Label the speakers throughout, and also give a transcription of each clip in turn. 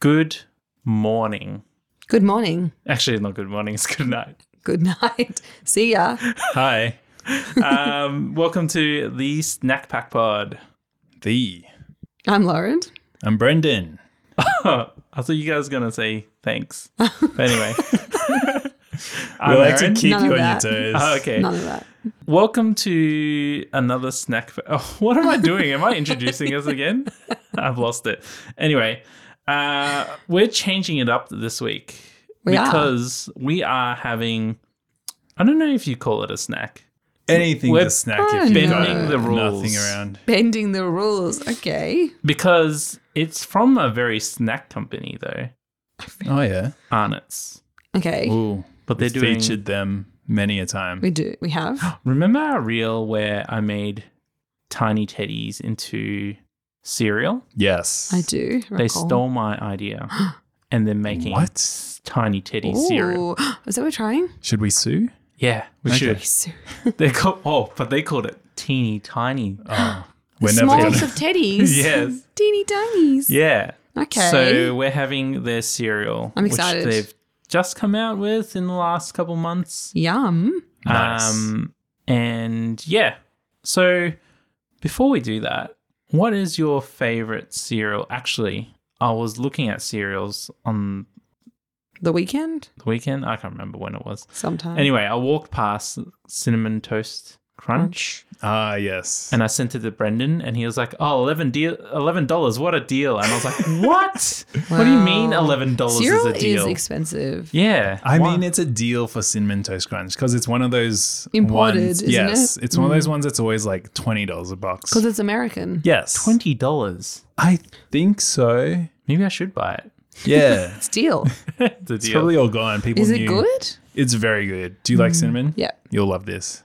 Speaker 1: Good morning.
Speaker 2: Good morning.
Speaker 1: Actually, not good morning. It's good night.
Speaker 2: Good night. See ya.
Speaker 1: Hi. Um, welcome to the Snack Pack Pod.
Speaker 3: The.
Speaker 2: I'm Lauren.
Speaker 3: I'm Brendan.
Speaker 1: I thought you guys were gonna say thanks. But anyway,
Speaker 3: We
Speaker 1: I'm
Speaker 3: like to
Speaker 1: Aaron.
Speaker 3: keep
Speaker 2: None
Speaker 3: you
Speaker 2: of
Speaker 3: on your
Speaker 2: that.
Speaker 3: toes.
Speaker 1: Oh, okay.
Speaker 2: None of that.
Speaker 1: Welcome to another snack. Fa- oh, what am I doing? Am I introducing us again? I've lost it. Anyway, uh, we're changing it up this week
Speaker 2: We are.
Speaker 1: because we are having. I don't know if you call it a snack.
Speaker 3: Anything
Speaker 1: We're
Speaker 3: to snack if
Speaker 2: bending
Speaker 3: you've got
Speaker 1: the rules.
Speaker 3: nothing around.
Speaker 2: Bending the rules. Okay.
Speaker 1: Because it's from a very snack company though,
Speaker 3: Oh, yeah.
Speaker 1: Arnott's.
Speaker 2: Okay.
Speaker 3: Ooh.
Speaker 1: But they're
Speaker 3: We've
Speaker 1: doing.
Speaker 3: featured them many a time.
Speaker 2: We do. We have.
Speaker 1: Remember our reel where I made tiny teddies into cereal?
Speaker 3: yes.
Speaker 2: I do. Recall.
Speaker 1: They stole my idea, and they're making
Speaker 3: What?
Speaker 1: tiny teddy cereal.
Speaker 2: Ooh. Is that what we're trying?
Speaker 3: Should we sue?
Speaker 1: Yeah, we
Speaker 3: Okay.
Speaker 1: should. They call oh, but they called it teeny tiny.
Speaker 3: Oh. We're never
Speaker 2: Smalls
Speaker 3: gonna.
Speaker 2: of teddies.
Speaker 1: Yes.
Speaker 2: Teeny tinies.
Speaker 1: yeah.
Speaker 2: Okay.
Speaker 1: So we're having their cereal.
Speaker 2: I'm
Speaker 1: which
Speaker 2: excited.
Speaker 1: they've just come out with in the last couple months.
Speaker 2: Yum.
Speaker 3: Nice.
Speaker 1: Um, and yeah. So before we do that, what is your favorite cereal? Actually, I was looking at cereals on
Speaker 2: The weekend.
Speaker 1: the weekend. I can't remember when it was.
Speaker 2: Sometime.
Speaker 1: Anyway, I walked past Cinnamon Toast Crunch
Speaker 3: Ah, yes.
Speaker 1: and I sent it to Brendan and he was like, Oh, 11 deal $11, what a deal. And I was like, What? What do you mean
Speaker 2: Wow.
Speaker 1: $11
Speaker 2: Cereal
Speaker 1: is a deal?
Speaker 2: is expensive.
Speaker 1: yeah.
Speaker 3: I
Speaker 1: why?
Speaker 3: mean, it's a deal for cinnamon toast crunch because it's one of those
Speaker 2: Imported,
Speaker 3: ones.
Speaker 2: isn't
Speaker 3: yes,
Speaker 2: it?
Speaker 3: it's one of those ones that's always like twenty dollars a box.
Speaker 2: Because it's American.
Speaker 3: Yes,
Speaker 1: $20.
Speaker 3: I think so.
Speaker 1: Maybe I should buy it.
Speaker 3: Yeah,
Speaker 2: It's deal.
Speaker 1: it's a
Speaker 3: it's
Speaker 1: deal.
Speaker 3: probably all gone. People
Speaker 2: Is it
Speaker 3: knew.
Speaker 2: good?
Speaker 3: It's very good. Do you like cinnamon?
Speaker 2: Mm. Yeah.
Speaker 3: You'll love this.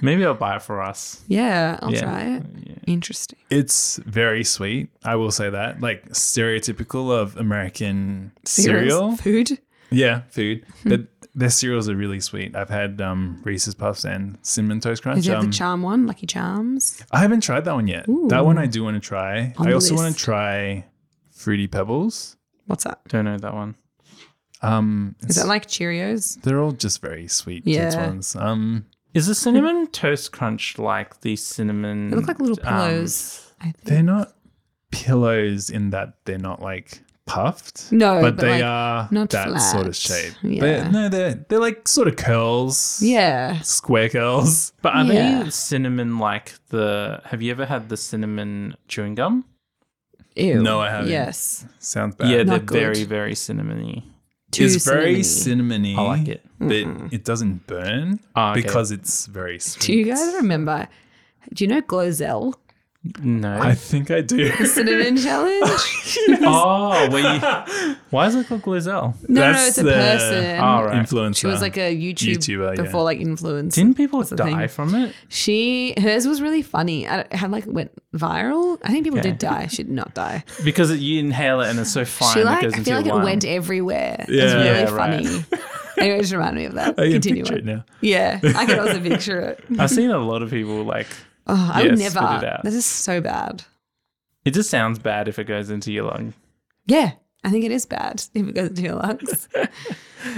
Speaker 1: Maybe I'll buy it for us.
Speaker 2: Yeah. I'll
Speaker 1: Yeah.
Speaker 2: try it. Interesting.
Speaker 3: It's very sweet. I will say that. Like stereotypical of American
Speaker 2: Cereals, Hmm.
Speaker 3: cereal.
Speaker 2: Food.
Speaker 3: Yeah, food. but their cereals are really sweet. I've had um, Reese's Puffs and cinnamon toast crunch.
Speaker 2: Did you have
Speaker 3: Um,
Speaker 2: the charm one? Lucky Charms.
Speaker 3: I haven't tried that one yet. That one I do want to try.
Speaker 2: On
Speaker 3: I
Speaker 2: the
Speaker 3: also want
Speaker 2: list.
Speaker 3: to try Fruity Pebbles.
Speaker 2: What's that?
Speaker 1: Don't know that one.
Speaker 3: Um,
Speaker 2: Is
Speaker 3: it's-
Speaker 2: that like Cheerios?
Speaker 3: they're all just very sweet kids
Speaker 2: Yeah.
Speaker 3: ones. Um,
Speaker 1: Is the cinnamon toast crunch like the cinnamon?
Speaker 2: They
Speaker 3: Mm,
Speaker 2: look like little
Speaker 1: um,
Speaker 2: pillows. I think.
Speaker 3: they're not pillows in that they're not like puffed.
Speaker 2: No,
Speaker 3: but,
Speaker 2: Oh, but,
Speaker 3: they
Speaker 2: like,
Speaker 3: are
Speaker 2: not
Speaker 3: that sort
Speaker 2: flat.
Speaker 3: of shape.
Speaker 2: Yeah.
Speaker 3: They're, no, they're they're like sort of curls.
Speaker 2: Yeah.
Speaker 3: square curls.
Speaker 1: but are
Speaker 2: Yeah.
Speaker 1: they cinnamon like the? Have you ever had the cinnamon chewing gum?
Speaker 2: Ew.
Speaker 3: No, I haven't.
Speaker 2: Yes.
Speaker 3: Sounds bad.
Speaker 1: Yeah, they're
Speaker 2: Not
Speaker 1: very
Speaker 2: good.
Speaker 1: very cinnamony.
Speaker 2: Too
Speaker 3: it's very
Speaker 2: cinnamony.
Speaker 3: cinnamony.
Speaker 1: I like it.
Speaker 3: but it doesn't burn
Speaker 1: Ah, okay.
Speaker 3: because it's very sweet.
Speaker 2: Do you guys remember? Do you know Glozell?
Speaker 1: No.
Speaker 3: I think I do.
Speaker 2: Cinnamon challenge?
Speaker 1: oh, well, you, why is it called Glazelle?
Speaker 2: No, no,
Speaker 3: That's
Speaker 2: it's a
Speaker 3: the-
Speaker 2: person.
Speaker 1: All Ah, right.
Speaker 3: Influencer.
Speaker 2: She was like a YouTube
Speaker 3: YouTuber, yeah.
Speaker 2: before like influence.
Speaker 1: Didn't people
Speaker 2: the thing.
Speaker 1: die from it?
Speaker 2: she hers was really funny. I don't- had like went viral. I think people
Speaker 1: Okay.
Speaker 2: did die. She did not die.
Speaker 1: Because it, you inhale it and it's so fine
Speaker 2: she
Speaker 1: it
Speaker 2: like
Speaker 1: goes
Speaker 2: I
Speaker 1: into
Speaker 2: feel like
Speaker 1: your lung.
Speaker 2: it went everywhere. It was
Speaker 3: Yeah.
Speaker 2: really
Speaker 1: Yeah, right.
Speaker 2: funny. anyway, it just reminded me of that.
Speaker 3: I can
Speaker 2: Continue
Speaker 3: Oh, picture
Speaker 2: on.
Speaker 3: it now.
Speaker 2: Yeah, I can also picture it.
Speaker 1: I've seen a lot of people like
Speaker 2: Oh, I would
Speaker 1: Yeah, spit
Speaker 2: never.
Speaker 1: it out.
Speaker 2: This is so bad.
Speaker 1: it just sounds bad if it goes into your lung.
Speaker 2: Yeah, I think it is bad if it goes into your lungs.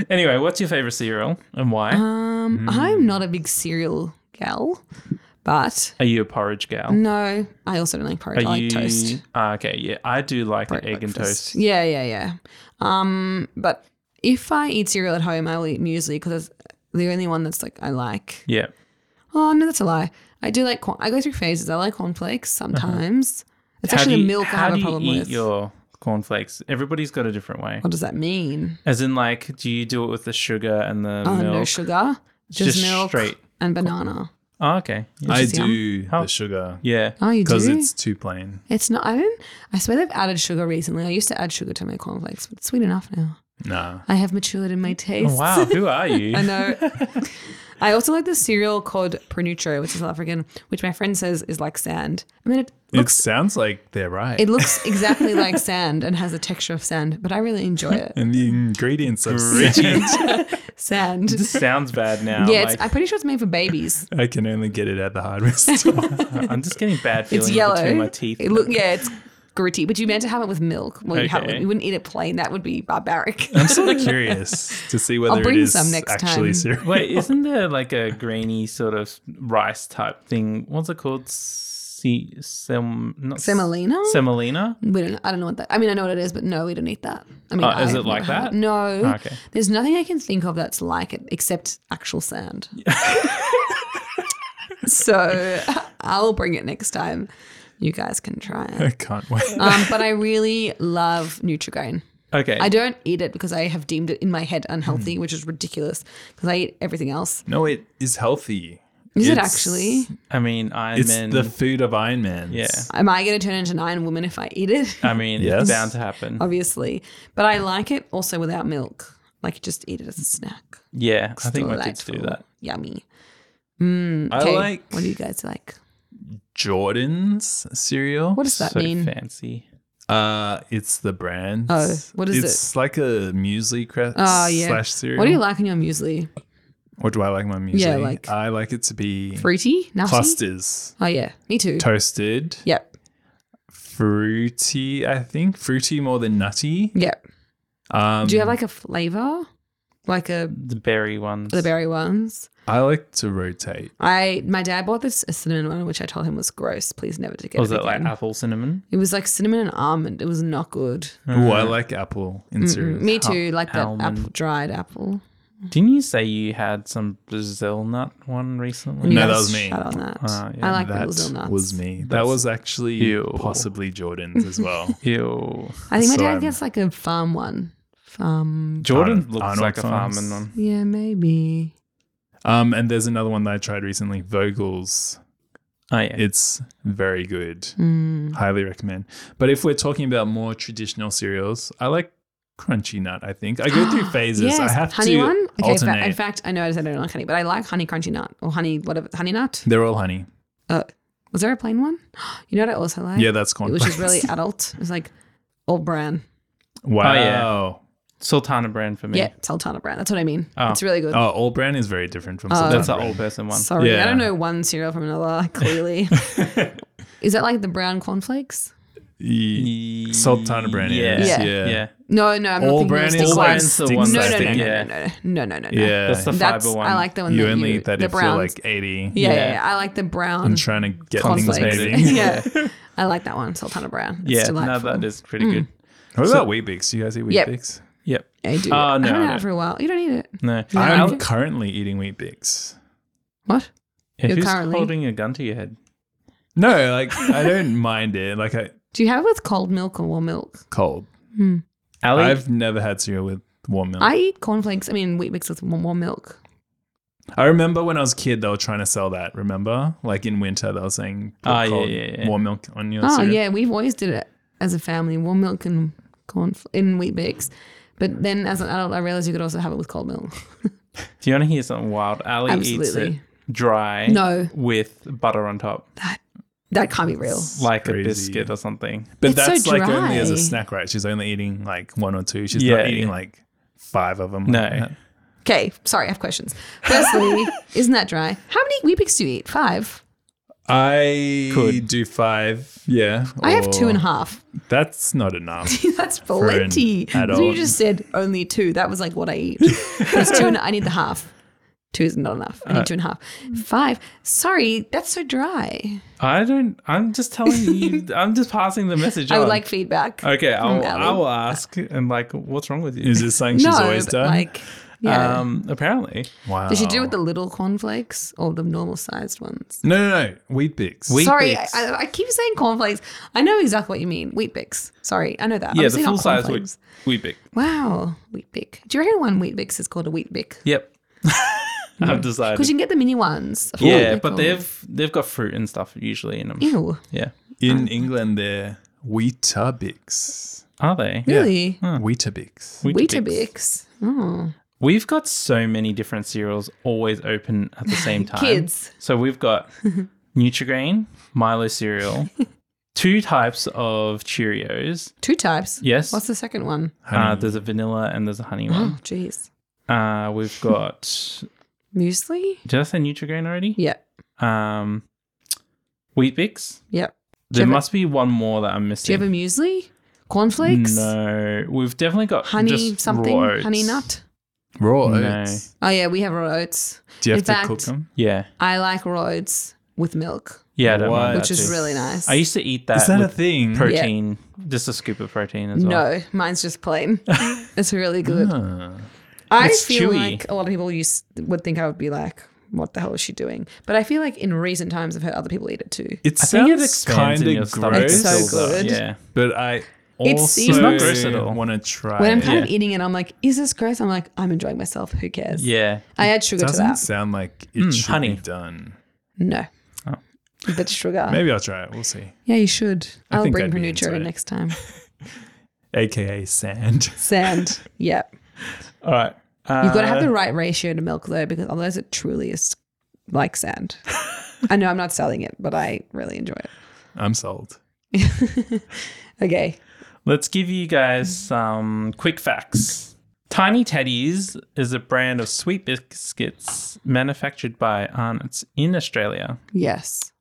Speaker 1: Anyway, what's your favorite cereal and why?
Speaker 2: Um,
Speaker 1: Hmm.
Speaker 2: I'm not a big cereal gal, but
Speaker 1: Are you a porridge gal?
Speaker 2: no, I also don't like porridge.
Speaker 1: Are
Speaker 2: I like
Speaker 1: you
Speaker 2: toast.
Speaker 1: Ah, okay, yeah, I do like
Speaker 2: for
Speaker 1: the egg and toast.
Speaker 2: breakfast. Yeah, yeah, yeah. Um, but if I eat cereal at home, I will eat muesli because it's the only one that's like I like.
Speaker 1: Yeah,
Speaker 2: Oh no, that's a lie. I do like corn. I go through phases. I like cornflakes sometimes. It's
Speaker 1: Uh-huh. How do
Speaker 2: actually
Speaker 1: you-
Speaker 2: the milk
Speaker 1: how
Speaker 2: I have
Speaker 1: do
Speaker 2: a
Speaker 1: you
Speaker 2: problem
Speaker 1: eat
Speaker 2: with.
Speaker 1: your cornflakes? Everybody's got a different way.
Speaker 2: what does that mean?
Speaker 1: As in, like, do you do it with the sugar and the
Speaker 2: Oh,
Speaker 1: milk?
Speaker 2: no sugar, just,
Speaker 1: Just
Speaker 2: milk
Speaker 1: straight.
Speaker 2: and banana.
Speaker 1: Oh, okay. Yeah.
Speaker 3: I
Speaker 2: is yum.
Speaker 3: do
Speaker 1: How-
Speaker 3: the sugar
Speaker 1: yeah.
Speaker 2: Oh, you do?
Speaker 3: because
Speaker 2: It's,
Speaker 3: it's too plain.
Speaker 2: not. I don't. I swear they've added sugar recently. I used to add sugar to my cornflakes, but it's sweet enough now.
Speaker 3: Nah.
Speaker 2: I have matured in my taste.
Speaker 1: Oh, Wow, who are you?
Speaker 2: I know. I also like the cereal called Pronucho, which is South African, which my friend says is like sand. I mean, it
Speaker 3: It
Speaker 2: looks
Speaker 3: sounds like they're right.
Speaker 2: it looks exactly like sand and has a texture of sand, but I really enjoy it.
Speaker 3: and the ingredients are
Speaker 1: Richie.
Speaker 2: Sand.
Speaker 1: this sounds bad now.
Speaker 2: Yeah, it's,
Speaker 1: like,
Speaker 2: I'm pretty sure it's made for babies.
Speaker 3: I can only get it at the hardware store.
Speaker 1: I'm just getting bad
Speaker 2: It's
Speaker 1: feelings
Speaker 2: yellow.
Speaker 1: between my teeth.
Speaker 2: It look, yeah, it's gritty, but you meant to have it with milk. Well, you, have,
Speaker 1: Okay.
Speaker 2: you wouldn't eat it plain. That would be barbaric.
Speaker 3: I'm sort of curious to see whether
Speaker 2: bring
Speaker 3: it is
Speaker 2: some next
Speaker 3: actually
Speaker 2: time.
Speaker 3: cereal.
Speaker 1: Wait, isn't there like a grainy sort of rice type thing? What's it called? Se- sem- not s-
Speaker 2: Semolina?
Speaker 1: Semolina?
Speaker 2: we don't. I don't know what that. I mean, I know what it is, but no, we don't eat that. I mean,
Speaker 1: Oh, is
Speaker 2: I
Speaker 1: it
Speaker 2: have
Speaker 1: like
Speaker 2: never had
Speaker 1: that? Oh,
Speaker 2: it. No.
Speaker 1: okay.
Speaker 2: There's nothing I can think of that's like it except actual sand. so I'll bring it next time. You guys can try it.
Speaker 3: I can't wait.
Speaker 2: Um, but I really love Nutrigrain.
Speaker 1: Okay.
Speaker 2: I don't eat it because I have deemed it in my head unhealthy,
Speaker 1: Hmm.
Speaker 2: which is ridiculous because I eat everything else.
Speaker 3: No, it is healthy.
Speaker 2: Is it
Speaker 3: It's-
Speaker 2: actually?
Speaker 1: I mean, Iron
Speaker 3: It's
Speaker 1: Man.
Speaker 3: the food of Iron Man.
Speaker 1: Yeah.
Speaker 2: Am I going to turn into an iron woman if I eat it?
Speaker 1: I mean,
Speaker 3: Yes.
Speaker 1: it's bound to happen.
Speaker 2: Obviously. But I like it also without milk. Like just eat it as a snack.
Speaker 1: yeah, I think my kids do
Speaker 2: Delightful.
Speaker 1: that.
Speaker 2: Yummy. Mm,
Speaker 3: I
Speaker 2: Okay,
Speaker 3: like
Speaker 2: What do you guys like?
Speaker 3: Jordan's cereal.
Speaker 2: What does that
Speaker 1: so
Speaker 2: mean?
Speaker 1: fancy.
Speaker 3: Uh, it's the brand.
Speaker 2: Oh, what is
Speaker 3: it's It's like a muesli cre-
Speaker 2: Oh, yeah.
Speaker 3: slash cereal.
Speaker 2: What do you like in your muesli?
Speaker 3: What do I like in my muesli?
Speaker 2: Yeah, like-
Speaker 3: I like it to be
Speaker 2: Fruity? Nutty?
Speaker 3: clusters,
Speaker 2: Oh, yeah. Me too.
Speaker 3: toasted,
Speaker 2: Yep.
Speaker 3: fruity. I think fruity more than nutty.
Speaker 2: Yep.
Speaker 3: Um,
Speaker 2: Do you have like a flavor? Like a
Speaker 1: The berry ones.
Speaker 2: the berry ones?
Speaker 3: I like to rotate.
Speaker 2: I my dad bought this a cinnamon one, which I told him was gross. Please never to get
Speaker 1: Was
Speaker 2: it
Speaker 1: it like
Speaker 2: again.
Speaker 1: apple cinnamon? Uh,
Speaker 2: it was like cinnamon and almond. It was not good.
Speaker 3: Oh, I like apple in
Speaker 2: Mm,
Speaker 3: cereals.
Speaker 2: Me too. Like that
Speaker 1: almond.
Speaker 2: apple, dried apple.
Speaker 1: Didn't you say you had some Brazil nut one recently?
Speaker 2: You
Speaker 3: No,
Speaker 2: guys
Speaker 3: that was me.
Speaker 2: Shut on that.
Speaker 1: Ah, yeah,
Speaker 2: I like
Speaker 3: that
Speaker 2: Brazil nuts.
Speaker 3: was me. That
Speaker 1: That's-
Speaker 3: was actually
Speaker 1: Ew.
Speaker 3: possibly Jordan's as well.
Speaker 1: Ew.
Speaker 2: I think my
Speaker 3: So
Speaker 2: dad
Speaker 3: I'm-
Speaker 2: gets like a farm one. Farm.
Speaker 1: Jordan
Speaker 3: Arnold-
Speaker 1: looks
Speaker 3: Arnold
Speaker 1: like a
Speaker 3: farms.
Speaker 1: farming one.
Speaker 2: Yeah, maybe.
Speaker 3: um, and there's another one that I tried recently, Vogel's.
Speaker 1: Oh, yeah.
Speaker 3: It's very good.
Speaker 2: Mm.
Speaker 3: Highly recommend. But if we're talking about more traditional cereals, I like crunchy nut, I think. I go through phases.
Speaker 2: Yes,
Speaker 3: I have
Speaker 2: honey
Speaker 3: to
Speaker 2: one. Okay, fa-
Speaker 3: alternate.
Speaker 2: in fact, I know I said I don't like honey, but I like honey crunchy nut or honey whatever honey nut.
Speaker 3: They're all honey.
Speaker 2: Uh, was there a plain one? You know what I also like?
Speaker 3: Yeah, that's corn.
Speaker 2: which is
Speaker 3: flakes.
Speaker 2: really adult. It was like old bran.
Speaker 3: wow.
Speaker 1: Oh, yeah.
Speaker 3: Oh,
Speaker 1: Sultana brand for me.
Speaker 2: Yeah, Sultana bran. That's what I mean.
Speaker 1: Oh.
Speaker 2: It's really good.
Speaker 3: all bran is very different from
Speaker 2: Oh.
Speaker 3: Sultana
Speaker 1: That's an
Speaker 3: Bran.
Speaker 1: old person one.
Speaker 2: Sorry, I
Speaker 3: Yeah.
Speaker 2: don't know one cereal from another. Clearly, is that like the brown cornflakes?
Speaker 3: Ye-
Speaker 1: Ye-
Speaker 3: Sultana brand is,
Speaker 1: Yeah.
Speaker 2: Yeah.
Speaker 1: yeah.
Speaker 3: yeah.
Speaker 2: No, no, I'm not
Speaker 3: All
Speaker 2: thinking
Speaker 3: bran
Speaker 2: of
Speaker 3: is
Speaker 2: stick
Speaker 1: All
Speaker 2: flakes.
Speaker 1: bran's the
Speaker 3: Sticks,
Speaker 1: one
Speaker 2: No,
Speaker 3: I
Speaker 2: no, no,
Speaker 1: that's
Speaker 2: no,
Speaker 3: think.
Speaker 2: no,
Speaker 1: yeah.
Speaker 2: no, no, no, no, no.
Speaker 3: Yeah.
Speaker 1: That's the
Speaker 2: That's
Speaker 1: fiber one.
Speaker 2: I like the one
Speaker 3: You
Speaker 2: that
Speaker 3: only
Speaker 2: you,
Speaker 3: eat that
Speaker 2: the
Speaker 3: if
Speaker 2: browns.
Speaker 3: you're like 80
Speaker 2: yeah, yeah,
Speaker 1: Yeah.
Speaker 2: yeah, I like the brown
Speaker 3: and trying to get things
Speaker 2: cornflakes.
Speaker 3: moving.
Speaker 2: yeah, I like that one, Sultana Brown. It's
Speaker 1: Yeah, no,
Speaker 2: delightful. Mm.
Speaker 1: that is pretty good.
Speaker 3: What about Weebix? You guys eat
Speaker 2: Yep.
Speaker 3: Weebix?
Speaker 1: Yep.
Speaker 2: I do.
Speaker 1: Oh,
Speaker 2: I
Speaker 1: no,
Speaker 2: haven't
Speaker 1: no.
Speaker 2: had it for a while. You don't eat it.
Speaker 1: No.
Speaker 3: I'm
Speaker 2: like it.
Speaker 3: currently eating Weebix.
Speaker 2: What?
Speaker 1: If
Speaker 2: You're
Speaker 1: who's
Speaker 2: currently-
Speaker 1: holding a gun to your head?
Speaker 3: No, like I don't mind it. Like I
Speaker 2: Do you have it with cold milk or warm milk?
Speaker 3: cold.
Speaker 1: Ali,
Speaker 3: I've never had cereal with warm milk.
Speaker 2: I eat cornflakes. I mean, wheat mix with warm, warm milk.
Speaker 3: I remember when I was a kid, they were trying to sell that. Remember, like in winter, they were saying put
Speaker 1: Ah, yeah,
Speaker 3: cold
Speaker 1: yeah, yeah.
Speaker 3: warm milk on your
Speaker 2: Oh
Speaker 3: cereal.
Speaker 2: yeah, we've always did it as a family: warm milk and corn in wheat bix. But then, as an adult, I realized you could also have it with cold milk.
Speaker 1: do you want to hear something wild? Ali eats it
Speaker 2: Absolutely.
Speaker 1: dry
Speaker 2: No.
Speaker 1: with butter on top,
Speaker 2: That can't be real.
Speaker 1: like a
Speaker 3: Crazy.
Speaker 1: biscuit or something.
Speaker 3: But
Speaker 2: It's so
Speaker 3: that's like only as a
Speaker 2: dry.
Speaker 3: snack, right? She's only eating like one or two. She's
Speaker 1: Yeah,
Speaker 3: not eating
Speaker 1: yeah.
Speaker 3: like five of them.
Speaker 1: No.
Speaker 3: like that.
Speaker 2: Okay, sorry, I have questions. Firstly, isn't that dry? How many wheat bix do you eat? Five.
Speaker 3: I
Speaker 1: Could.
Speaker 3: do five. Yeah,
Speaker 2: I have two and a
Speaker 3: half.
Speaker 2: half.
Speaker 3: That's not enough.
Speaker 2: That's
Speaker 3: an
Speaker 2: plenty. So you
Speaker 3: adult.
Speaker 2: just said only two. That was like what I eat. There's two and I need the half. Two is not enough. I need two and a half. Five. Sorry, that's so dry.
Speaker 1: I don't. I'm just telling you. I'm just passing the message.
Speaker 2: I would
Speaker 1: on.
Speaker 2: like feedback.
Speaker 1: Okay, I'll,
Speaker 2: Ali.
Speaker 1: I will ask. And like, what's wrong with you?
Speaker 3: Is this something she's
Speaker 2: no,
Speaker 3: always
Speaker 2: but
Speaker 3: done?
Speaker 2: like, yeah.
Speaker 1: Um, oh. apparently,
Speaker 3: wow.
Speaker 2: Did she do it with the little cornflakes or the normal sized ones?
Speaker 3: No, no, no. Wheat Bix.
Speaker 1: Wheat
Speaker 2: Sorry, I,
Speaker 1: Bix.
Speaker 2: I I keep saying cornflakes. I know exactly what you mean. Wheat bix. Sorry, I know that.
Speaker 1: yeah,
Speaker 2: Obviously
Speaker 1: the
Speaker 2: not
Speaker 1: full size
Speaker 2: cornflakes.
Speaker 1: wheat, wheat big.
Speaker 2: Wow, wheat bix. Do you reckon one wheat bix is called a wheat bix?
Speaker 1: Yep, I've
Speaker 2: Because
Speaker 1: decided.
Speaker 2: you can get the mini ones. I forgot
Speaker 1: Yeah,
Speaker 2: what
Speaker 1: but
Speaker 2: they're
Speaker 1: they've they've got fruit and stuff usually in them.
Speaker 2: called. ew.
Speaker 1: Yeah,
Speaker 3: In England, they're Weetabix.
Speaker 1: are they?
Speaker 2: Really?
Speaker 3: Weetabix.
Speaker 2: Weetabix. Oh.
Speaker 1: We've got so many different cereals always open at the same time.
Speaker 2: Kids.
Speaker 1: So we've got Nutrigrain, Milo cereal, two types of Cheerios.
Speaker 2: Two types.
Speaker 1: Yes.
Speaker 2: What's the second one?
Speaker 3: Ah,
Speaker 1: Uh, there's a vanilla and there's a honey
Speaker 2: Oh,
Speaker 1: one.
Speaker 2: jeez.
Speaker 1: Uh, we've got.
Speaker 2: Muesli?
Speaker 1: Did I say Nutrigrain already?
Speaker 2: Yep.
Speaker 1: Um, Wheat Bix,
Speaker 2: Yep.
Speaker 1: There
Speaker 2: have a-
Speaker 1: must be one more that I'm
Speaker 2: Do
Speaker 1: missing.
Speaker 2: you have a muesli? Cornflakes?
Speaker 1: No, we've definitely got
Speaker 2: Honey
Speaker 1: just
Speaker 2: something?
Speaker 1: raw oats.
Speaker 2: Honey nut?
Speaker 3: Raw
Speaker 1: No.
Speaker 3: oats.
Speaker 2: Oh, yeah, we have raw oats.
Speaker 3: Do you have
Speaker 2: In
Speaker 3: to
Speaker 2: fact-
Speaker 3: cook them?
Speaker 1: Yeah,
Speaker 2: I like raw oats with milk,
Speaker 1: yeah, I don't
Speaker 3: What?
Speaker 1: mind
Speaker 2: which
Speaker 1: that
Speaker 2: is
Speaker 1: too.
Speaker 2: really nice.
Speaker 1: I used to eat that.
Speaker 3: Is that a
Speaker 1: with
Speaker 3: thing?
Speaker 1: protein? Just a scoop of protein as well.
Speaker 2: No, mine's just plain. it's really good.
Speaker 3: Ah.
Speaker 2: I
Speaker 1: It's
Speaker 2: feel
Speaker 1: chewy.
Speaker 2: like a lot of people use, would think I would be like, what the hell is she doing? But I feel like in recent times I've heard other people eat it too.
Speaker 3: It
Speaker 1: I think it
Speaker 3: sounds
Speaker 1: expands
Speaker 3: kind
Speaker 1: in your
Speaker 3: of
Speaker 1: stomach.
Speaker 2: It's
Speaker 3: gross,
Speaker 2: so
Speaker 1: still, though.
Speaker 2: good.
Speaker 1: Yeah,
Speaker 3: but I
Speaker 2: It's
Speaker 3: also
Speaker 2: It's
Speaker 1: not gross at all.
Speaker 3: want to try.
Speaker 2: When I'm
Speaker 3: it.
Speaker 2: kind of eating it, I'm like, is this gross? I'm like, I'm enjoying myself. Who cares?
Speaker 1: yeah.
Speaker 2: I add sugar to
Speaker 3: doesn't
Speaker 2: that.
Speaker 3: sound like it
Speaker 1: Mm,
Speaker 3: should
Speaker 1: honey.
Speaker 3: be done.
Speaker 2: No.
Speaker 1: Oh.
Speaker 2: A bit of sugar.
Speaker 3: Maybe I'll try it. We'll see.
Speaker 2: Yeah, you should.
Speaker 3: I
Speaker 2: I'll
Speaker 3: think
Speaker 2: bring
Speaker 3: I'd be into
Speaker 2: Panuccio
Speaker 3: it.
Speaker 2: next time.
Speaker 3: AKA sand.
Speaker 2: Sand. yeah.
Speaker 1: All right. Uh,
Speaker 2: You've got to have the right ratio to milk though, because otherwise it truly is like sand. I know I'm not selling it, but I really enjoy
Speaker 3: I'm sold.
Speaker 2: it. okay.
Speaker 1: Uh, Let's give you
Speaker 2: Mm.
Speaker 1: guys some quick facts. Tiny Teddies is a brand of sweet biscuits manufactured by Arnott's in Australia
Speaker 2: Yes.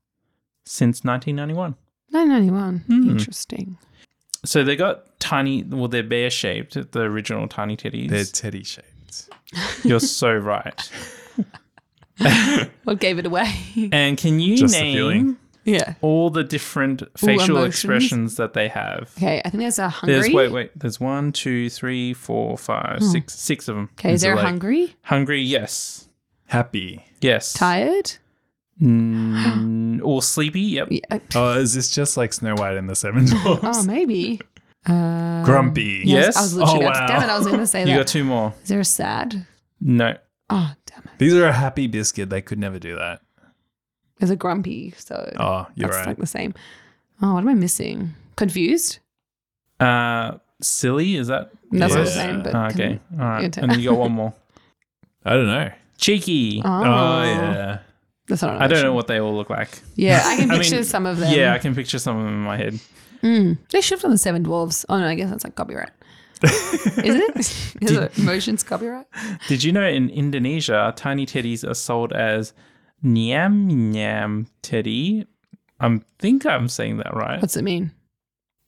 Speaker 1: since 1991.
Speaker 2: 991.
Speaker 1: Hmm.
Speaker 2: Interesting.
Speaker 1: So they got tiny, well, they're bear shaped, the original Tiny Teddies.
Speaker 3: They're teddy shaped.
Speaker 1: You're so right.
Speaker 2: What gave it away?
Speaker 1: And can you
Speaker 3: Just the feeling.
Speaker 1: name
Speaker 2: yeah.
Speaker 1: all the different facial
Speaker 2: emotions.
Speaker 1: expressions that they have?
Speaker 2: Okay. I think there's a hungry. Hmm.
Speaker 1: There's, wait, wait, there's one, two, three, four, five, six, six of them.
Speaker 2: Okay. Is
Speaker 3: Is it
Speaker 2: there a
Speaker 3: like-
Speaker 2: hungry?
Speaker 1: Hungry, yes.
Speaker 3: Happy.
Speaker 1: Yes.
Speaker 2: Tired?
Speaker 1: Mm, or sleepy, yep.
Speaker 2: Yeah. uh,
Speaker 3: Oh, is this just like Snow White and the Seven Dwarfs?
Speaker 2: Oh, maybe. Uh,
Speaker 3: Grumpy.
Speaker 1: yeah.
Speaker 2: Yes. I
Speaker 1: Yes?
Speaker 2: was literally
Speaker 3: Oh,
Speaker 2: about to- damn it. I was going to say
Speaker 1: You
Speaker 2: that.
Speaker 1: got two more.
Speaker 2: Is there a sad?
Speaker 1: No.
Speaker 2: Oh, damn it.
Speaker 3: These are a happy biscuit. They could never do that.
Speaker 2: There's a grumpy. So
Speaker 3: Oh, you're
Speaker 2: that's
Speaker 3: right.
Speaker 2: like the same. Oh, what am I missing? Confused?
Speaker 1: Uh, silly, is that?
Speaker 2: That's not the
Speaker 3: Yeah.
Speaker 2: same. But
Speaker 1: Ah,
Speaker 2: con-
Speaker 1: okay. All right.
Speaker 2: Inter-
Speaker 1: And you got one more.
Speaker 3: I don't know.
Speaker 1: Cheeky.
Speaker 2: Oh,
Speaker 3: Oh, yeah.
Speaker 2: That's not an
Speaker 1: I don't know
Speaker 2: emotion.
Speaker 1: what they all look like.
Speaker 2: Yeah, I can
Speaker 1: I
Speaker 2: picture
Speaker 1: mean,
Speaker 2: some of them.
Speaker 1: Yeah, I can picture some of them in my head.
Speaker 2: Mm. They should have done the Seven Dwarves. Oh, no, I guess that's like copyright. Is it? Is it emotions copyright?
Speaker 1: Did you know in Indonesia, tiny teddies are sold as nyam nyam teddy? I think I'm saying that right.
Speaker 2: What's it mean?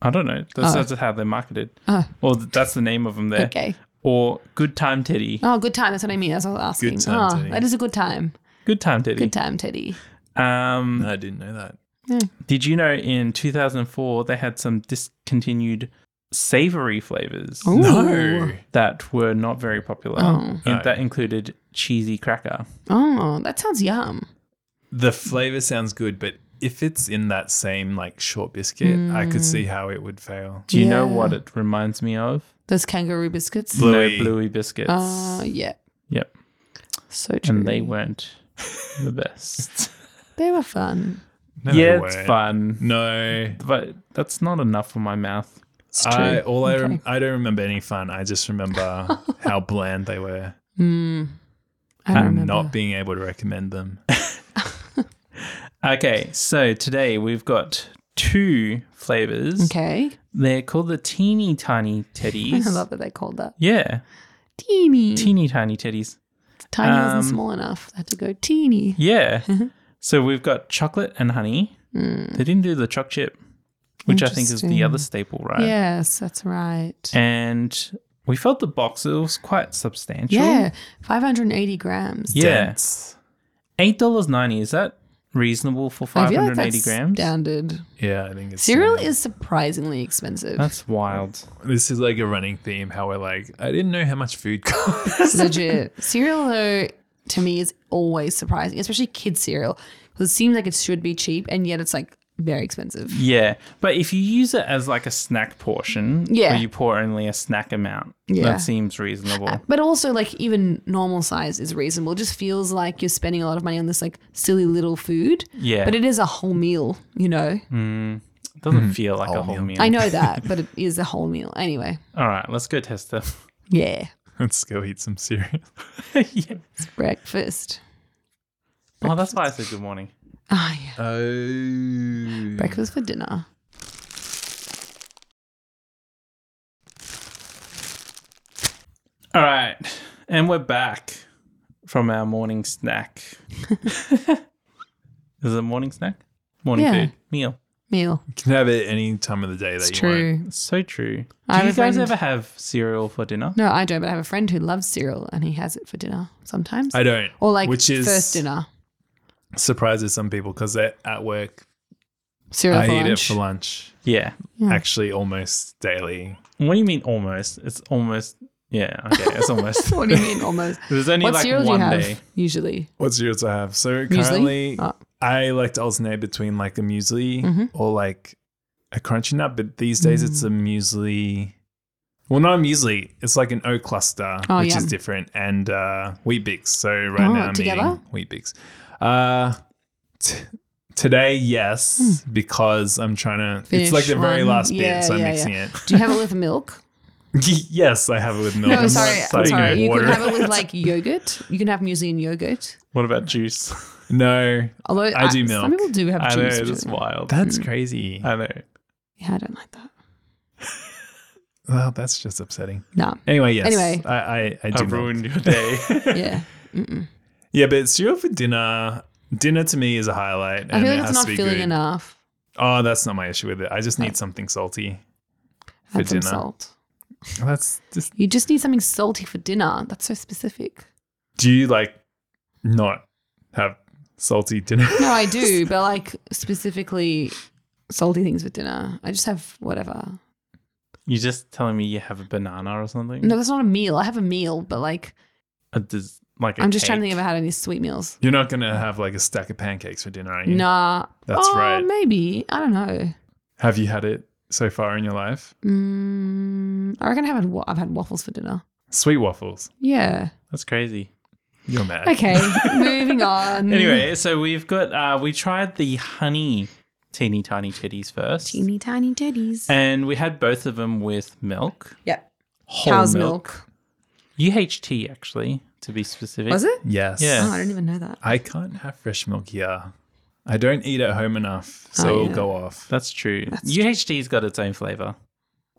Speaker 1: I don't know. That's,
Speaker 2: Oh.
Speaker 1: that's how they're marketed.
Speaker 2: Oh.
Speaker 1: Or th- that's the name of them there.
Speaker 2: Okay.
Speaker 1: Or good time teddy.
Speaker 2: Oh, good time. That's what I mean. That's what I was asking.
Speaker 3: Good time,
Speaker 2: oh,
Speaker 3: Teddy.
Speaker 2: That is a good time.
Speaker 1: Good time teddy.
Speaker 2: Good time, Teddy.
Speaker 1: Um,
Speaker 3: No, I didn't know that.
Speaker 1: Did you know in 2004 they had some discontinued savory flavors
Speaker 2: Ooh.
Speaker 3: No.
Speaker 1: that were not very popular?
Speaker 2: Oh.
Speaker 1: And That included cheesy cracker.
Speaker 2: Oh, that sounds yum.
Speaker 3: The flavor sounds good, but if it's in that same like short biscuit, I could
Speaker 2: Mm.
Speaker 3: see how it would fail.
Speaker 1: Do you know
Speaker 2: Yeah.
Speaker 1: what it reminds me of?
Speaker 2: Those kangaroo biscuits.
Speaker 3: Blue- Bluey.
Speaker 1: No bluey biscuits.
Speaker 2: Oh, yeah.
Speaker 1: Yep.
Speaker 2: So true.
Speaker 1: And they weren't the best.
Speaker 2: They were fun.
Speaker 3: No
Speaker 1: yeah,
Speaker 3: way.
Speaker 1: it's fun.
Speaker 3: No.
Speaker 1: But that's not enough for my mouth.
Speaker 2: It's true.
Speaker 3: I all I rem- I don't remember any fun. I just remember how bland they were
Speaker 2: Mm. I don't
Speaker 3: and
Speaker 2: remember.
Speaker 3: not being able to recommend them.
Speaker 1: Okay, so today we've got two flavors.
Speaker 2: okay.
Speaker 1: They're called the teeny tiny teddies.
Speaker 2: I love that they called that.
Speaker 1: yeah,
Speaker 2: Teeny.
Speaker 1: teeny tiny teddies.
Speaker 2: Tiny wasn't
Speaker 1: Um,
Speaker 2: small enough. I had to go teeny.
Speaker 1: Yeah. so we've got chocolate and honey.
Speaker 2: Mm.
Speaker 1: They didn't do the choc chip, which I think is the other
Speaker 2: Interesting.
Speaker 1: staple, right?
Speaker 2: Yes, that's right.
Speaker 1: And we felt the box, it was quite substantial.
Speaker 2: Yeah, 580 grams.
Speaker 1: Yeah.
Speaker 3: Dense.
Speaker 1: $8.90. Is that reasonable for
Speaker 2: I feel
Speaker 1: 580 grams?
Speaker 2: standard.
Speaker 3: Yeah, I think it's
Speaker 2: Cereal
Speaker 3: uh,
Speaker 2: is surprisingly expensive.
Speaker 1: That's wild.
Speaker 3: This is like a running theme. How we're like, I didn't know how much food costs.
Speaker 2: legit. Cereal, though, to me is always surprising, especially kids' cereal, because it seems like it should be cheap, and yet it's like very expensive.
Speaker 1: Yeah. But if you use it as like a snack portion,
Speaker 2: Yeah.
Speaker 1: where you pour only a snack amount,
Speaker 2: Yeah.
Speaker 1: that seems reasonable.
Speaker 2: But also, like, even normal size is reasonable. It just feels like you're spending a lot of money on this, like, silly little food.
Speaker 1: yeah.
Speaker 2: But
Speaker 1: But it
Speaker 2: it is a whole meal, you know?
Speaker 1: doesn't feel like a
Speaker 3: Whole
Speaker 1: whole meal.
Speaker 3: meal.
Speaker 2: I know that, but it is a whole meal. Anyway,
Speaker 1: All right, let's go test them.
Speaker 2: yeah,
Speaker 3: Let's go eat some cereal.
Speaker 1: yeah.
Speaker 2: it's breakfast.
Speaker 1: Oh, that's why I said good morning.
Speaker 2: Ah, yeah.
Speaker 3: Oh.
Speaker 2: Breakfast for dinner.
Speaker 1: All right. And we're back from our morning snack. Is it a morning snack? Morning
Speaker 2: Yeah.
Speaker 1: food. Meal.
Speaker 2: meal.
Speaker 3: You can have it any time of the day that
Speaker 2: It's
Speaker 3: you want.
Speaker 2: true.
Speaker 1: So true.
Speaker 2: I
Speaker 1: Do
Speaker 2: have
Speaker 1: you
Speaker 2: a
Speaker 1: guys
Speaker 2: friend-
Speaker 1: ever have cereal for dinner?
Speaker 2: No, I don't, but I have a friend who loves cereal and he has it for dinner sometimes.
Speaker 3: I don't.
Speaker 2: or like
Speaker 3: which is
Speaker 2: first dinner,
Speaker 3: surprises some people because at work
Speaker 2: cereal
Speaker 3: I
Speaker 2: for
Speaker 3: eat
Speaker 2: lunch. Hmm.
Speaker 3: it for lunch
Speaker 1: Yeah.
Speaker 2: Yeah.
Speaker 3: actually almost daily.
Speaker 1: What do you mean almost? It's almost. Yeah. Okay. It's almost.
Speaker 2: what do you mean almost?
Speaker 1: There's only
Speaker 2: what
Speaker 1: like
Speaker 2: cereal do you
Speaker 1: one
Speaker 2: have
Speaker 1: day.
Speaker 2: usually?
Speaker 3: What cereals I have? So
Speaker 2: Muesli?
Speaker 3: currently,
Speaker 2: Oh.
Speaker 3: I like to alternate between like a muesli
Speaker 2: Mhm.
Speaker 3: or like a crunchy nut, but these days it's a
Speaker 2: Mm.
Speaker 3: muesli. Well, not a muesli. It's like an oat cluster,
Speaker 2: Oh,
Speaker 3: which is
Speaker 2: yum.
Speaker 3: different, and uh, wheat bix. So right
Speaker 2: Oh,
Speaker 3: now I'm
Speaker 2: together?
Speaker 3: eating wheat bix. Uh, t- today, yes, because I'm trying to.
Speaker 2: Hmm. Finish
Speaker 3: it's like the very
Speaker 2: one.
Speaker 3: last
Speaker 2: Yeah,
Speaker 3: bit, so I'm
Speaker 2: yeah,
Speaker 3: mixing
Speaker 2: Do you have it with milk?
Speaker 3: it. yes, I have it with milk.
Speaker 2: No,
Speaker 3: I'm
Speaker 2: sorry,
Speaker 3: not
Speaker 2: I'm
Speaker 3: putting
Speaker 2: sorry.
Speaker 3: in
Speaker 2: You
Speaker 3: water.
Speaker 2: can have it with like yogurt. You can have muesli and yogurt.
Speaker 1: What about juice?
Speaker 3: no,
Speaker 2: Although
Speaker 3: I do
Speaker 2: Some
Speaker 3: milk.
Speaker 2: people do have
Speaker 1: I know.
Speaker 2: juice.
Speaker 1: It's
Speaker 2: which I-
Speaker 1: wild.
Speaker 3: that's
Speaker 2: Hmm.
Speaker 3: crazy.
Speaker 2: Uh,
Speaker 1: I know.
Speaker 2: yeah, I don't like that.
Speaker 3: well, that's just upsetting.
Speaker 2: No.
Speaker 3: Anyway, yes.
Speaker 2: Anyway.
Speaker 3: I, I, I do
Speaker 1: I've
Speaker 3: milk.
Speaker 1: ruined your day.
Speaker 2: Yeah. Mm-mm.
Speaker 3: Yeah, but cereal for dinner. Dinner to me is a highlight.
Speaker 2: I
Speaker 3: and
Speaker 2: feel
Speaker 3: it
Speaker 2: like it's
Speaker 3: has
Speaker 2: not
Speaker 3: to be
Speaker 2: filling
Speaker 3: good.
Speaker 2: enough. Oh.
Speaker 3: Oh, that's not my issue with it. I just need something salty. For
Speaker 2: Add some
Speaker 3: dinner.
Speaker 2: salt.
Speaker 3: That's just.
Speaker 2: You just need something salty for dinner. That's so specific.
Speaker 3: Do you like not have salty dinner?
Speaker 2: No, I do, but like specifically salty things for dinner. I just have whatever.
Speaker 1: You're just telling me you have a banana or something?
Speaker 2: No, that's not a meal. I have a meal, but like
Speaker 1: A des- like i
Speaker 2: I'm just trying to think if I had any sweet meals.
Speaker 3: You're not gonna have like a stack of pancakes for dinner, are you?
Speaker 2: Nah.
Speaker 3: That's
Speaker 2: Oh,
Speaker 3: right.
Speaker 2: Maybe. I don't know.
Speaker 3: Have you had it so far in your life?
Speaker 2: Mm, I reckon I haven't. I've had waffles for dinner.
Speaker 3: Sweet waffles.
Speaker 2: Yeah.
Speaker 1: That's crazy.
Speaker 3: You're mad.
Speaker 2: Okay. moving on.
Speaker 1: Anyway, so we've got uh we tried the honey teeny tiny titties first.
Speaker 2: Teeny tiny titties.
Speaker 1: And we had both of them with milk.
Speaker 2: Yep.
Speaker 1: Whole
Speaker 2: Cow's milk.
Speaker 1: UHT actually, to be specific.
Speaker 2: Was it?
Speaker 3: Yes.
Speaker 1: Yeah.
Speaker 2: Oh, I don't even know that.
Speaker 3: I can't have fresh milk here. I don't eat at home enough, so
Speaker 2: Oh,
Speaker 3: it'll
Speaker 2: yeah.
Speaker 3: go off.
Speaker 1: That's true.
Speaker 2: That's true.
Speaker 1: UHT's got its own flavor.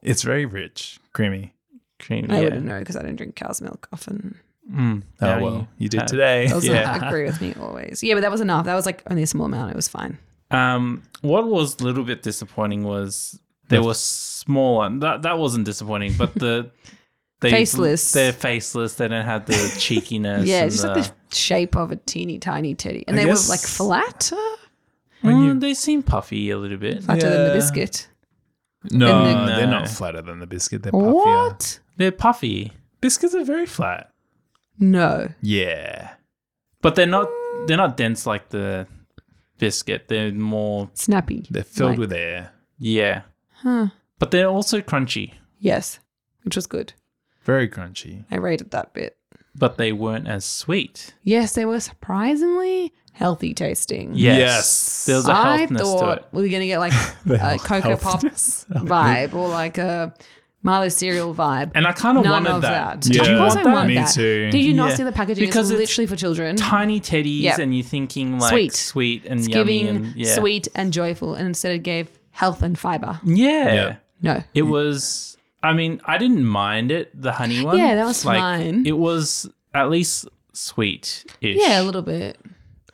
Speaker 3: It's very rich, creamy.
Speaker 1: Cream.
Speaker 2: I
Speaker 1: yeah.
Speaker 2: wouldn't know because I don't drink cow's milk often.
Speaker 1: Mm,
Speaker 3: Oh
Speaker 1: now
Speaker 3: well, you did
Speaker 1: have-
Speaker 3: today.
Speaker 2: That was
Speaker 1: Yeah.
Speaker 2: agree with me always. Yeah, but that was enough. That was like only a small amount. It was fine.
Speaker 1: Um, what was a little bit disappointing was they
Speaker 3: The-
Speaker 1: were smaller. That that wasn't disappointing, but the they,
Speaker 2: Faceless.
Speaker 1: They're faceless. They don't have the cheekiness.
Speaker 2: yeah,
Speaker 1: and
Speaker 2: just
Speaker 1: the-
Speaker 2: like the shape of a teeny tiny teddy, and
Speaker 3: I
Speaker 2: they
Speaker 3: guess-
Speaker 2: were like flat, uh,
Speaker 3: when
Speaker 1: Mm,
Speaker 3: you-
Speaker 1: they seem puffy a little bit.
Speaker 2: flatter than the
Speaker 3: Yeah.
Speaker 2: biscuit.
Speaker 3: No,
Speaker 2: And
Speaker 1: then-
Speaker 3: they're
Speaker 1: No.
Speaker 3: not flatter than the biscuit. They're puffier.
Speaker 2: What?
Speaker 1: They're puffy,
Speaker 3: Biscuits are very flat.
Speaker 2: No.
Speaker 3: Yeah.
Speaker 1: but they're not they're not dense like the biscuit. They're more
Speaker 2: Snappy.
Speaker 3: They're filled
Speaker 2: Like-
Speaker 3: with air.
Speaker 1: yeah,
Speaker 2: Huh.
Speaker 1: but they're also crunchy.
Speaker 2: Yes, which was good.
Speaker 3: Very crunchy.
Speaker 2: I rated that bit.
Speaker 1: But they weren't as sweet.
Speaker 2: Yes, they were surprisingly healthy tasting.
Speaker 1: Yes,
Speaker 3: Yes.
Speaker 1: there was a
Speaker 2: I
Speaker 1: healthiness to it.
Speaker 2: thought we were gonna get like a Cocoa Pop vibe or like a Milo cereal vibe.
Speaker 1: And I kind of
Speaker 2: None
Speaker 1: wanted
Speaker 2: of
Speaker 1: that.
Speaker 2: that. Yeah.
Speaker 1: Did you
Speaker 2: Of
Speaker 1: want
Speaker 2: course I
Speaker 1: that?
Speaker 2: want
Speaker 3: Me
Speaker 2: that.
Speaker 3: too.
Speaker 2: Did you not
Speaker 1: Yeah.
Speaker 2: see the packaging?
Speaker 1: Because
Speaker 2: it's
Speaker 1: it's
Speaker 2: literally for children.
Speaker 1: tiny teddies
Speaker 2: Yep.
Speaker 1: and you're thinking like
Speaker 2: Sweet.
Speaker 1: sweet, and
Speaker 2: It's
Speaker 1: yummy
Speaker 2: giving
Speaker 1: and yeah.
Speaker 2: sweet and joyful, and instead it gave health and fiber.
Speaker 1: Yeah.
Speaker 3: Yeah.
Speaker 2: No.
Speaker 1: It was I mean, I didn't mind it, the honey one.
Speaker 2: Yeah, that was
Speaker 1: like,
Speaker 2: fine.
Speaker 1: It was at least Um, sweet ish.
Speaker 2: Yeah, a little bit.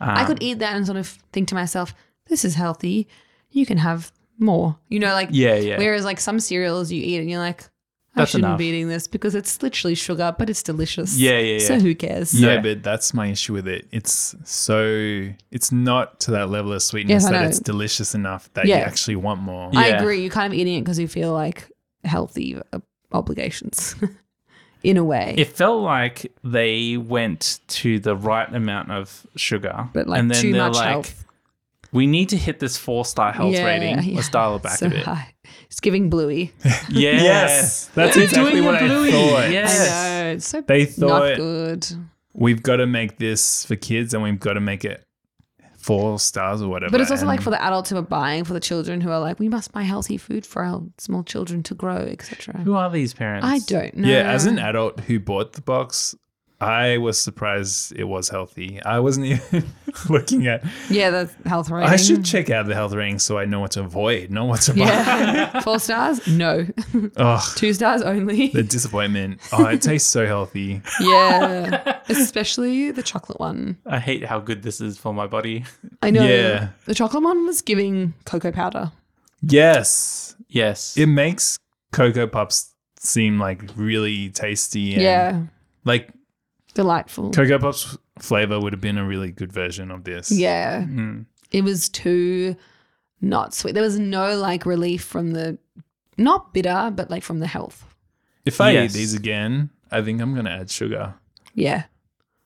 Speaker 2: I could eat that and sort of think to myself, this is healthy. You can have more. You know, like,
Speaker 1: Yeah, yeah.
Speaker 2: whereas like some cereals you eat and you're like, I
Speaker 1: That's
Speaker 2: shouldn't
Speaker 1: enough.
Speaker 2: be eating this because it's literally sugar, but it's delicious.
Speaker 1: Yeah, yeah,
Speaker 2: So
Speaker 1: yeah.
Speaker 2: who cares?
Speaker 3: No,
Speaker 1: Yeah.
Speaker 3: but that's my issue with it. It's so it's not to that level of sweetness
Speaker 2: Yes, I
Speaker 3: that
Speaker 2: know.
Speaker 3: it's delicious enough that
Speaker 2: Yeah.
Speaker 3: you actually want more.
Speaker 2: I
Speaker 1: Yeah.
Speaker 2: agree. You're kind of eating it because you feel like healthy uh, obligations in a way.
Speaker 1: it felt like they went to the right amount of sugar.
Speaker 2: but like
Speaker 1: and then
Speaker 2: too
Speaker 1: they're
Speaker 2: much
Speaker 1: like,
Speaker 2: health.
Speaker 1: we need to hit this four star health
Speaker 2: Yeah,
Speaker 1: rating.
Speaker 2: yeah.
Speaker 1: Let's dial it back
Speaker 2: so
Speaker 1: a bit.
Speaker 2: high. It's giving bluey.
Speaker 1: Yeah.
Speaker 3: That's
Speaker 1: They're
Speaker 3: exactly
Speaker 1: doing
Speaker 3: what
Speaker 1: a
Speaker 3: I
Speaker 1: bluey.
Speaker 3: thought.
Speaker 1: Yes.
Speaker 2: I know. It's so
Speaker 3: They
Speaker 2: not
Speaker 3: thought
Speaker 2: good.
Speaker 3: we've got to make this for kids and we've got to make it four stars or whatever.
Speaker 2: But it's also like
Speaker 3: and-
Speaker 2: for the adults who are buying for the children who are like, we must buy healthy food for our small children to grow, etc.
Speaker 1: Who are these parents?
Speaker 2: I don't know.
Speaker 3: Yeah, as an adult who bought the box, I was surprised it was healthy. I wasn't even looking at.
Speaker 2: yeah, the health rating.
Speaker 3: I should check out the health rating so I know what to avoid, not what to buy.
Speaker 2: Yeah, four stars? No,
Speaker 3: Oh,
Speaker 2: two stars only.
Speaker 3: the disappointment. Oh, it tastes so healthy.
Speaker 2: yeah, especially the chocolate one.
Speaker 1: I hate how good this is for my body.
Speaker 2: I know
Speaker 3: Yeah.
Speaker 2: the chocolate one was giving cocoa powder.
Speaker 3: Yes.
Speaker 1: Yes.
Speaker 3: It makes Cocoa Puffs seem like really tasty.
Speaker 2: Yeah.
Speaker 3: And, Like
Speaker 2: Delightful.
Speaker 3: Cocoa Puffs flavor would have been a really good version of this.
Speaker 2: yeah.
Speaker 1: Mm.
Speaker 2: It was too not sweet. There was no like relief from the not bitter, but like from the health.
Speaker 3: If I
Speaker 1: Yes.
Speaker 3: eat these again, I think I'm going to add sugar.
Speaker 2: Yeah.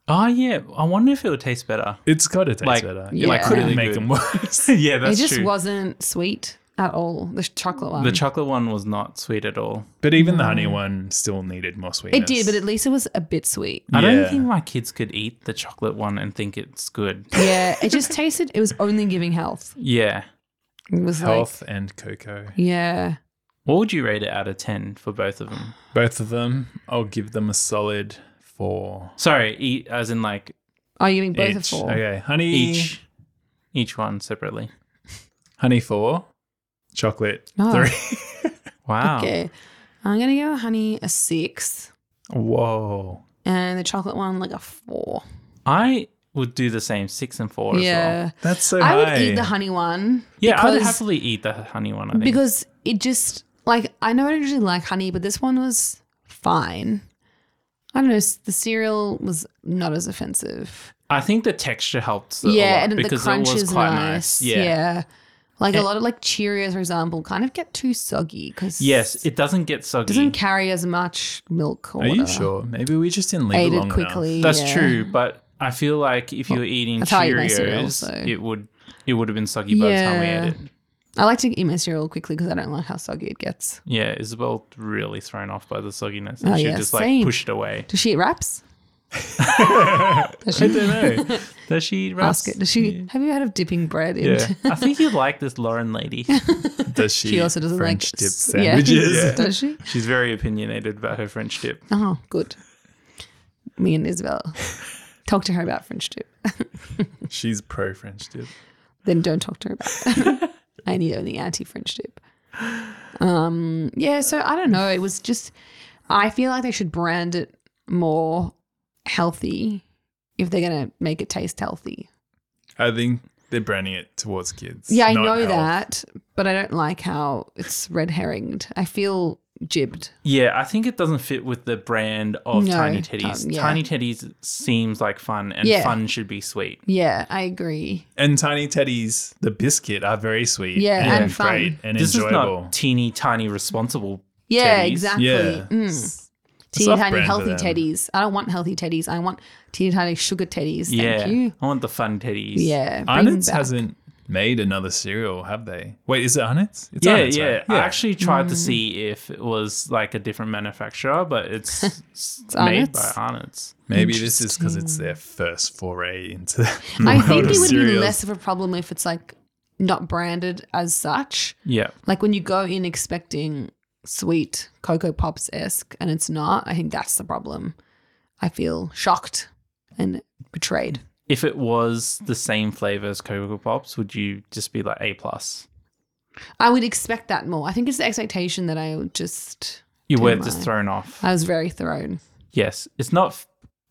Speaker 1: Oh yeah. I wonder if it would taste better.
Speaker 3: It's got to taste
Speaker 1: Like-
Speaker 3: better.
Speaker 2: Yeah.
Speaker 3: Like, couldn't
Speaker 1: Really
Speaker 3: make
Speaker 1: good.
Speaker 3: them worse.
Speaker 1: yeah, that's
Speaker 2: it just
Speaker 1: true.
Speaker 2: wasn't sweet at all. The chocolate one.
Speaker 1: the chocolate one was not sweet at all.
Speaker 3: But even the honey one still needed more sweetness.
Speaker 2: it did, but at least it was a bit sweet.
Speaker 1: I
Speaker 3: Yeah.
Speaker 1: don't think my kids could eat the chocolate one and think it's good.
Speaker 2: Yeah. It just tasted, it was only giving health.
Speaker 1: Yeah.
Speaker 2: It was
Speaker 3: Health and cocoa.
Speaker 2: like, yeah.
Speaker 1: What would you rate it out of 10 for both of them?
Speaker 3: Both of them, I'll give them a solid four.
Speaker 1: Sorry, e- as in like
Speaker 2: Are you giving both a
Speaker 3: each.
Speaker 2: four?
Speaker 3: Okay, honey
Speaker 1: each each one separately.
Speaker 3: honey four, chocolate
Speaker 2: Oh.
Speaker 3: three.
Speaker 1: Wow.
Speaker 2: Okay. I'm going to go honey a six
Speaker 3: Whoa,
Speaker 2: and the chocolate one like a four.
Speaker 1: I would do the same, 6 and 4 as well.
Speaker 2: yeah.
Speaker 3: that's so
Speaker 2: I
Speaker 3: high.
Speaker 2: would eat the honey one.
Speaker 1: Yeah, I would
Speaker 2: because-
Speaker 1: happily eat the honey one, I think.
Speaker 2: because it just like I know I don't usually like honey, but this one was fine. I don't know. s- The cereal was not as offensive.
Speaker 1: I think the texture helped. a
Speaker 2: yeah,
Speaker 1: lot
Speaker 2: and the
Speaker 1: because
Speaker 2: crunch
Speaker 1: it was
Speaker 2: is
Speaker 1: quite
Speaker 2: nice.
Speaker 1: Yeah.
Speaker 2: Like a
Speaker 1: And-
Speaker 2: lot of like Cheerios, for example, kind of get too soggy because
Speaker 1: Yes, it doesn't get soggy.
Speaker 2: doesn't carry as much milk or
Speaker 3: Are you
Speaker 2: whatever.
Speaker 3: sure? Maybe we just didn't leave
Speaker 2: Ate
Speaker 3: it
Speaker 2: it
Speaker 3: long quickly.
Speaker 2: quickly.
Speaker 1: That's
Speaker 2: yeah.
Speaker 1: true, but I feel like if you were eating
Speaker 2: that's how I eat my
Speaker 1: Cheerios,
Speaker 2: cereal, so-
Speaker 1: it would it would have been soggy by the time we
Speaker 2: Yeah.
Speaker 1: ate it.
Speaker 2: I like to eat my cereal quickly because I don't like how soggy it gets.
Speaker 1: Yeah, Isabel really thrown off by the sogginess. And
Speaker 2: Oh,
Speaker 1: she
Speaker 2: yeah,
Speaker 1: just like
Speaker 2: same.
Speaker 1: pushed away.
Speaker 2: Does she eat wraps? Does
Speaker 3: I
Speaker 2: she
Speaker 3: don't know.
Speaker 1: Does she eat
Speaker 2: ask
Speaker 1: wraps?
Speaker 2: it? Does she? Have you heard of dipping bread?
Speaker 3: yeah,
Speaker 2: Into-
Speaker 1: I think you'd like this Lauren lady.
Speaker 3: does she?
Speaker 2: She also doesn't
Speaker 3: French
Speaker 2: like
Speaker 3: dip
Speaker 2: s- yeah.
Speaker 3: sandwiches.
Speaker 2: Does she?
Speaker 1: She's very opinionated about her French dip.
Speaker 2: Oh, good. Me and Isabel. Talk to her about French dip.
Speaker 3: She's pro French dip.
Speaker 2: Then don't talk to her about it. I need only anti French dip. Um, yeah, so I don't know. It was just, I feel like they should brand it more healthy if they're going to make it taste healthy.
Speaker 3: I think they're branding it towards kids.
Speaker 2: Yeah, I
Speaker 3: not
Speaker 2: know
Speaker 3: health.
Speaker 2: that, but I don't like how it's red herringed. I feel jibbed.
Speaker 1: Yeah, I think it doesn't fit with the brand of
Speaker 2: No,
Speaker 1: Tiny Teddies.
Speaker 2: um, yeah.
Speaker 1: Tiny Teddies seems like fun, and
Speaker 2: Yeah.
Speaker 1: fun should be sweet.
Speaker 2: Yeah, I agree.
Speaker 3: And Tiny Teddy's the biscuit are very sweet.
Speaker 2: Yeah,
Speaker 3: and,
Speaker 2: and fun.
Speaker 3: great and
Speaker 1: This is
Speaker 3: enjoyable.
Speaker 1: not teeny tiny responsible.
Speaker 2: Yeah,
Speaker 1: Teddies.
Speaker 2: exactly.
Speaker 3: yeah,
Speaker 2: Mm.
Speaker 3: It's a
Speaker 2: teeny
Speaker 3: soft
Speaker 2: tiny
Speaker 3: brand for
Speaker 2: healthy
Speaker 3: them.
Speaker 2: teddies. I don't want healthy teddies. I want teeny tiny sugar teddies. Thank
Speaker 1: yeah,
Speaker 2: you.
Speaker 1: I want the fun teddies.
Speaker 2: Yeah. bring them
Speaker 3: Arnott's
Speaker 2: back.
Speaker 3: hasn't made another cereal, have they? Wait, is it Arnott's? It's
Speaker 1: yeah,
Speaker 3: Arnott's,
Speaker 1: yeah.
Speaker 3: right?
Speaker 1: I actually tried
Speaker 2: Mm.
Speaker 1: to see if it was like a different manufacturer, but it's, s- made
Speaker 2: Arnott's.
Speaker 1: by Arnott's.
Speaker 3: Maybe this is because it's their first foray into. The
Speaker 2: I
Speaker 3: world
Speaker 2: think
Speaker 3: of
Speaker 2: it would be
Speaker 3: cereals.
Speaker 2: less of a problem if it's like not branded as such.
Speaker 1: Yeah,
Speaker 2: Like when you go in expecting sweet Cocoa Pops esque and it's not, I think that's the problem. I feel shocked and betrayed.
Speaker 1: if it was the same flavor as Cocoa Pops, would you just be like A plus?
Speaker 2: I would expect that more. I think it's the expectation that I would just,
Speaker 1: You
Speaker 2: Too
Speaker 1: were just
Speaker 2: much.
Speaker 1: thrown off.
Speaker 2: I was very thrown.
Speaker 1: yes, it's not f-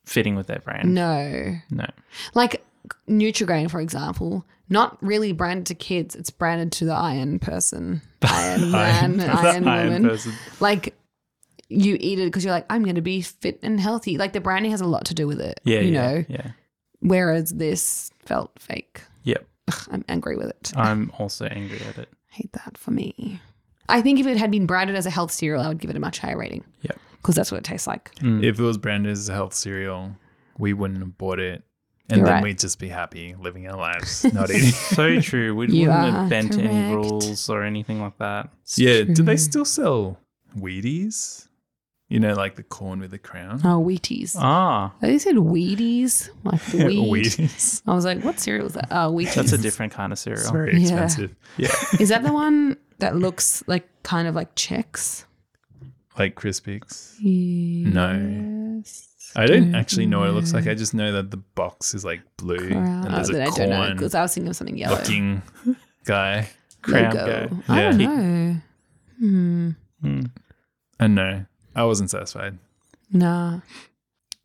Speaker 1: fitting with their brand.
Speaker 2: No.
Speaker 1: no.
Speaker 2: like Nutrigrain, for example, not really branded to kids. It's branded to the iron person, iron man, iron, woman.
Speaker 1: person.
Speaker 2: Like you eat it because you're like, I'm going to be fit and healthy. Like the branding has a lot to do with it.
Speaker 1: Yeah,
Speaker 2: you
Speaker 1: yeah,
Speaker 2: know.
Speaker 1: yeah,
Speaker 2: Whereas this felt fake.
Speaker 1: yep.
Speaker 2: Ugh, I'm angry with it.
Speaker 1: I'm also angry at it.
Speaker 2: Hate that for me. I think if it had been branded as a health cereal, I would give it a much higher rating.
Speaker 1: Yep.
Speaker 2: Because that's what it tastes like.
Speaker 3: If it was branded as a health cereal, we wouldn't have bought it, and
Speaker 2: You're
Speaker 3: then
Speaker 2: right.
Speaker 3: we'd just be happy living our lives, not eating.
Speaker 1: So true. We
Speaker 2: You
Speaker 1: wouldn't
Speaker 2: are
Speaker 1: have bent any
Speaker 2: correct.
Speaker 1: rules or anything like that.
Speaker 3: yeah, do
Speaker 2: true.
Speaker 3: they still sell Wheaties? You know, like the corn with the crown.
Speaker 2: Oh, Wheaties.
Speaker 1: Ah,
Speaker 2: they said Wheaties, like
Speaker 3: Yeah,
Speaker 2: weed.
Speaker 3: Wheaties.
Speaker 2: I was like, what cereal is that? Oh, Wheaties.
Speaker 1: that's a different kind of cereal.
Speaker 3: It's very
Speaker 2: Yeah.
Speaker 3: expensive. Yeah,
Speaker 2: Is that the one that looks like kind of like checks?
Speaker 3: like Crispix.
Speaker 2: No.
Speaker 3: I don't actually know what it looks like. I just know that the box is like blue and there's a
Speaker 2: Oh, I don't know
Speaker 3: corn
Speaker 2: because I was thinking of something yellow.
Speaker 3: looking guy.
Speaker 1: Crown
Speaker 2: Logo.
Speaker 1: guy.
Speaker 2: I don't
Speaker 3: Yeah.
Speaker 2: know. Hmm.
Speaker 1: Hmm.
Speaker 3: Uh, And no, I wasn't satisfied.
Speaker 2: Nah.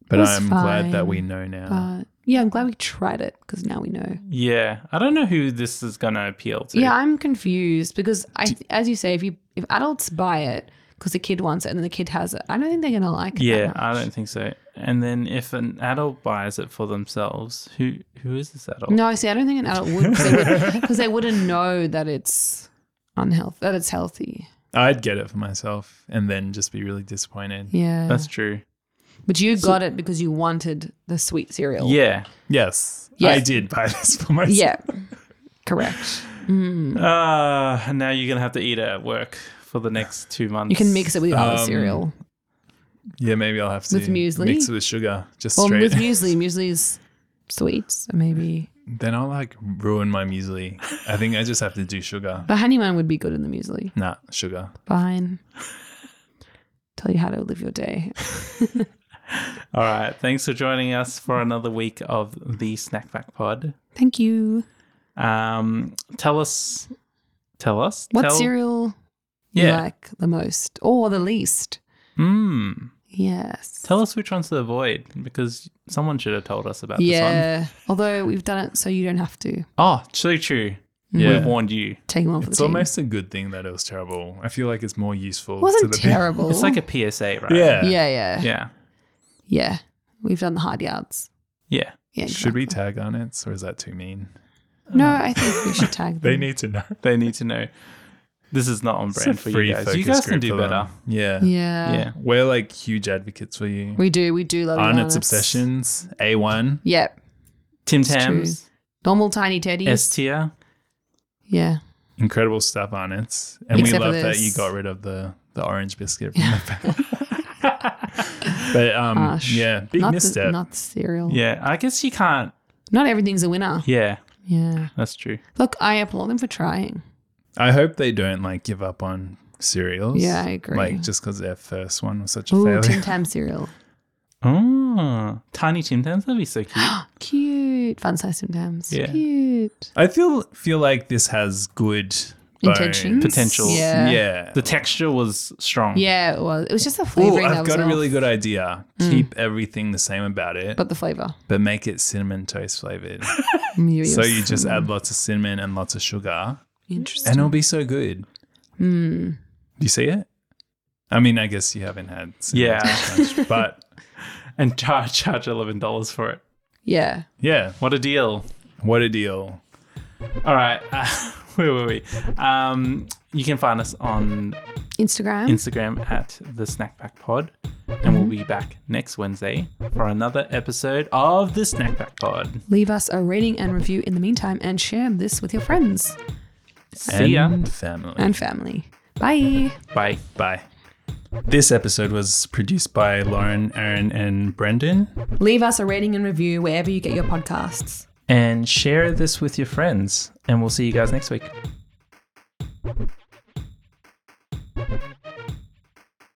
Speaker 3: But
Speaker 2: was
Speaker 3: I'm glad that
Speaker 2: fine,
Speaker 3: we know now.
Speaker 2: But yeah, I'm glad we tried it because now we know.
Speaker 1: Yeah, I don't know who this is gonna appeal to.
Speaker 2: Yeah, I'm confused because I, as you say, if you if adults buy it because the kid wants it and the kid has it, I don't think they're gonna like it. that
Speaker 1: yeah,
Speaker 2: much.
Speaker 1: I don't think so. And then if an adult buys it for themselves, who who is this adult?
Speaker 2: No, see, I don't think an adult would because they, would, not know that it's unhealthy, that it's healthy.
Speaker 3: I'd get it for myself and then just be really disappointed.
Speaker 2: Yeah,
Speaker 1: That's true.
Speaker 2: but you got it because you wanted the sweet cereal.
Speaker 1: Yeah.
Speaker 3: Yes,
Speaker 2: Yeah.
Speaker 3: I did buy this for myself.
Speaker 2: yeah, correct. Mm.
Speaker 1: Uh, now you're gonna have to eat it at work for the next two months.
Speaker 2: You can mix it with other
Speaker 3: Um,
Speaker 2: cereal.
Speaker 3: Yeah, maybe I'll have to
Speaker 2: With muesli?
Speaker 3: mix it with sugar just
Speaker 2: Well,
Speaker 3: straight.
Speaker 2: with muesli, muesli is sweet, so maybe.
Speaker 3: then I'll like ruin my muesli. I think I just have to do sugar.
Speaker 2: But honeymoon would be good in the muesli.
Speaker 3: Nah, sugar.
Speaker 2: Fine. Tell you how to live your day.
Speaker 1: All right. Thanks for joining us for another week of the Snack Pack Pod.
Speaker 2: Thank you.
Speaker 1: Um, tell us, tell us
Speaker 2: What
Speaker 1: tell,
Speaker 2: cereal you
Speaker 1: Yeah.
Speaker 2: like the most or the least?
Speaker 1: Mm,
Speaker 2: Yes.
Speaker 1: tell us which ones to avoid because someone should have told us about this
Speaker 2: yeah. Although we've done it so you don't have to
Speaker 1: one. Oh, so true.
Speaker 3: Yeah.
Speaker 1: We've warned you.
Speaker 2: take one for
Speaker 3: It's
Speaker 2: the team.
Speaker 3: almost a good thing that it was terrible. I feel like it's more useful.
Speaker 2: it
Speaker 3: to
Speaker 2: wasn't
Speaker 3: the
Speaker 2: terrible.
Speaker 1: It's
Speaker 3: Oh.
Speaker 1: like a PSA, right?
Speaker 3: People. Yeah.
Speaker 2: yeah, yeah, yeah.
Speaker 1: Yeah.
Speaker 2: We've done the hard yards.
Speaker 1: Yeah.
Speaker 2: Yeah.
Speaker 3: Should we tag on it, or is that too mean?
Speaker 2: exactly. No, I think we should tag them.
Speaker 3: They need to know.
Speaker 1: They need to know. This is not on
Speaker 3: It's a
Speaker 1: brand for
Speaker 3: free
Speaker 1: you guys.
Speaker 3: focus
Speaker 1: You guys can
Speaker 3: group
Speaker 1: do
Speaker 3: for them.
Speaker 1: better.
Speaker 3: Yeah.
Speaker 2: Yeah.
Speaker 1: Yeah.
Speaker 3: We're like huge advocates for you.
Speaker 2: We do. We do love
Speaker 3: Arnott's
Speaker 2: Arnott's.
Speaker 3: Obsessions, A1.
Speaker 2: Yep.
Speaker 1: Tim
Speaker 2: true.
Speaker 1: Tams,
Speaker 2: Normal tiny teddies.
Speaker 1: S tier.
Speaker 2: yeah.
Speaker 3: Incredible stuff, Arnott's. And
Speaker 2: Except
Speaker 3: we
Speaker 2: for
Speaker 3: love that
Speaker 2: this.
Speaker 3: you got rid of the, the orange biscuit from the But um,
Speaker 2: Harsh.
Speaker 3: yeah, big
Speaker 2: not
Speaker 3: misstep.
Speaker 2: The, not the cereal.
Speaker 1: Yeah. I guess you can't.
Speaker 2: Not everything's a winner.
Speaker 1: Yeah.
Speaker 3: Ah.
Speaker 2: Yeah.
Speaker 1: That's true.
Speaker 2: Look, I applaud them for trying.
Speaker 3: I hope they don't like give up on cereals.
Speaker 2: Yeah, I agree.
Speaker 3: Like just because their first one was such a
Speaker 2: Ooh,
Speaker 3: failure.
Speaker 2: Tim Tam cereal.
Speaker 1: Oh, tiny Tim Tams. That'd be so cute.
Speaker 2: Cute. Fun size Tim Tams.
Speaker 1: Yeah.
Speaker 2: Cute.
Speaker 3: I feel feel like this has good bone.
Speaker 2: Intentions?
Speaker 1: Potential.
Speaker 2: Yeah.
Speaker 3: Yeah.
Speaker 2: Yeah.
Speaker 1: The texture was strong.
Speaker 2: it was. It was just the
Speaker 3: Ooh,
Speaker 2: flavoring that
Speaker 3: I've
Speaker 2: was
Speaker 3: got a
Speaker 2: off, Mm.
Speaker 3: really good idea. Keep everything the same about it, but,
Speaker 2: But the flavor.
Speaker 3: make it cinnamon toast flavored.
Speaker 2: Mm, you-
Speaker 3: so
Speaker 2: you're
Speaker 3: you just add lots of cinnamon and lots of sugar,
Speaker 2: Interesting.
Speaker 3: and it'll be so good.
Speaker 2: Mm.
Speaker 3: Do you see it? I mean, I guess you haven't had
Speaker 1: Yeah.
Speaker 3: cinnamon toast crunch, but
Speaker 1: And charge charge eleven dollars for it.
Speaker 2: Yeah.
Speaker 3: yeah,
Speaker 1: What a deal!
Speaker 3: what a deal.
Speaker 1: All right. Uh, where were we? Um, you can find us on
Speaker 2: Instagram.
Speaker 1: Instagram at the Snack Pack Pod, and we'll be back next Wednesday for another episode of the Snack Pack Pod.
Speaker 2: Leave us a rating and review in the meantime and share this with your friends
Speaker 1: See ya.
Speaker 3: and family.
Speaker 2: and family. Bye.
Speaker 1: Bye.
Speaker 3: Bye. This episode was produced by Lauren, Aaron, and Brendan.
Speaker 2: Leave us a rating and review wherever you get your podcasts.
Speaker 1: And share this with your friends, and we'll see you guys next week.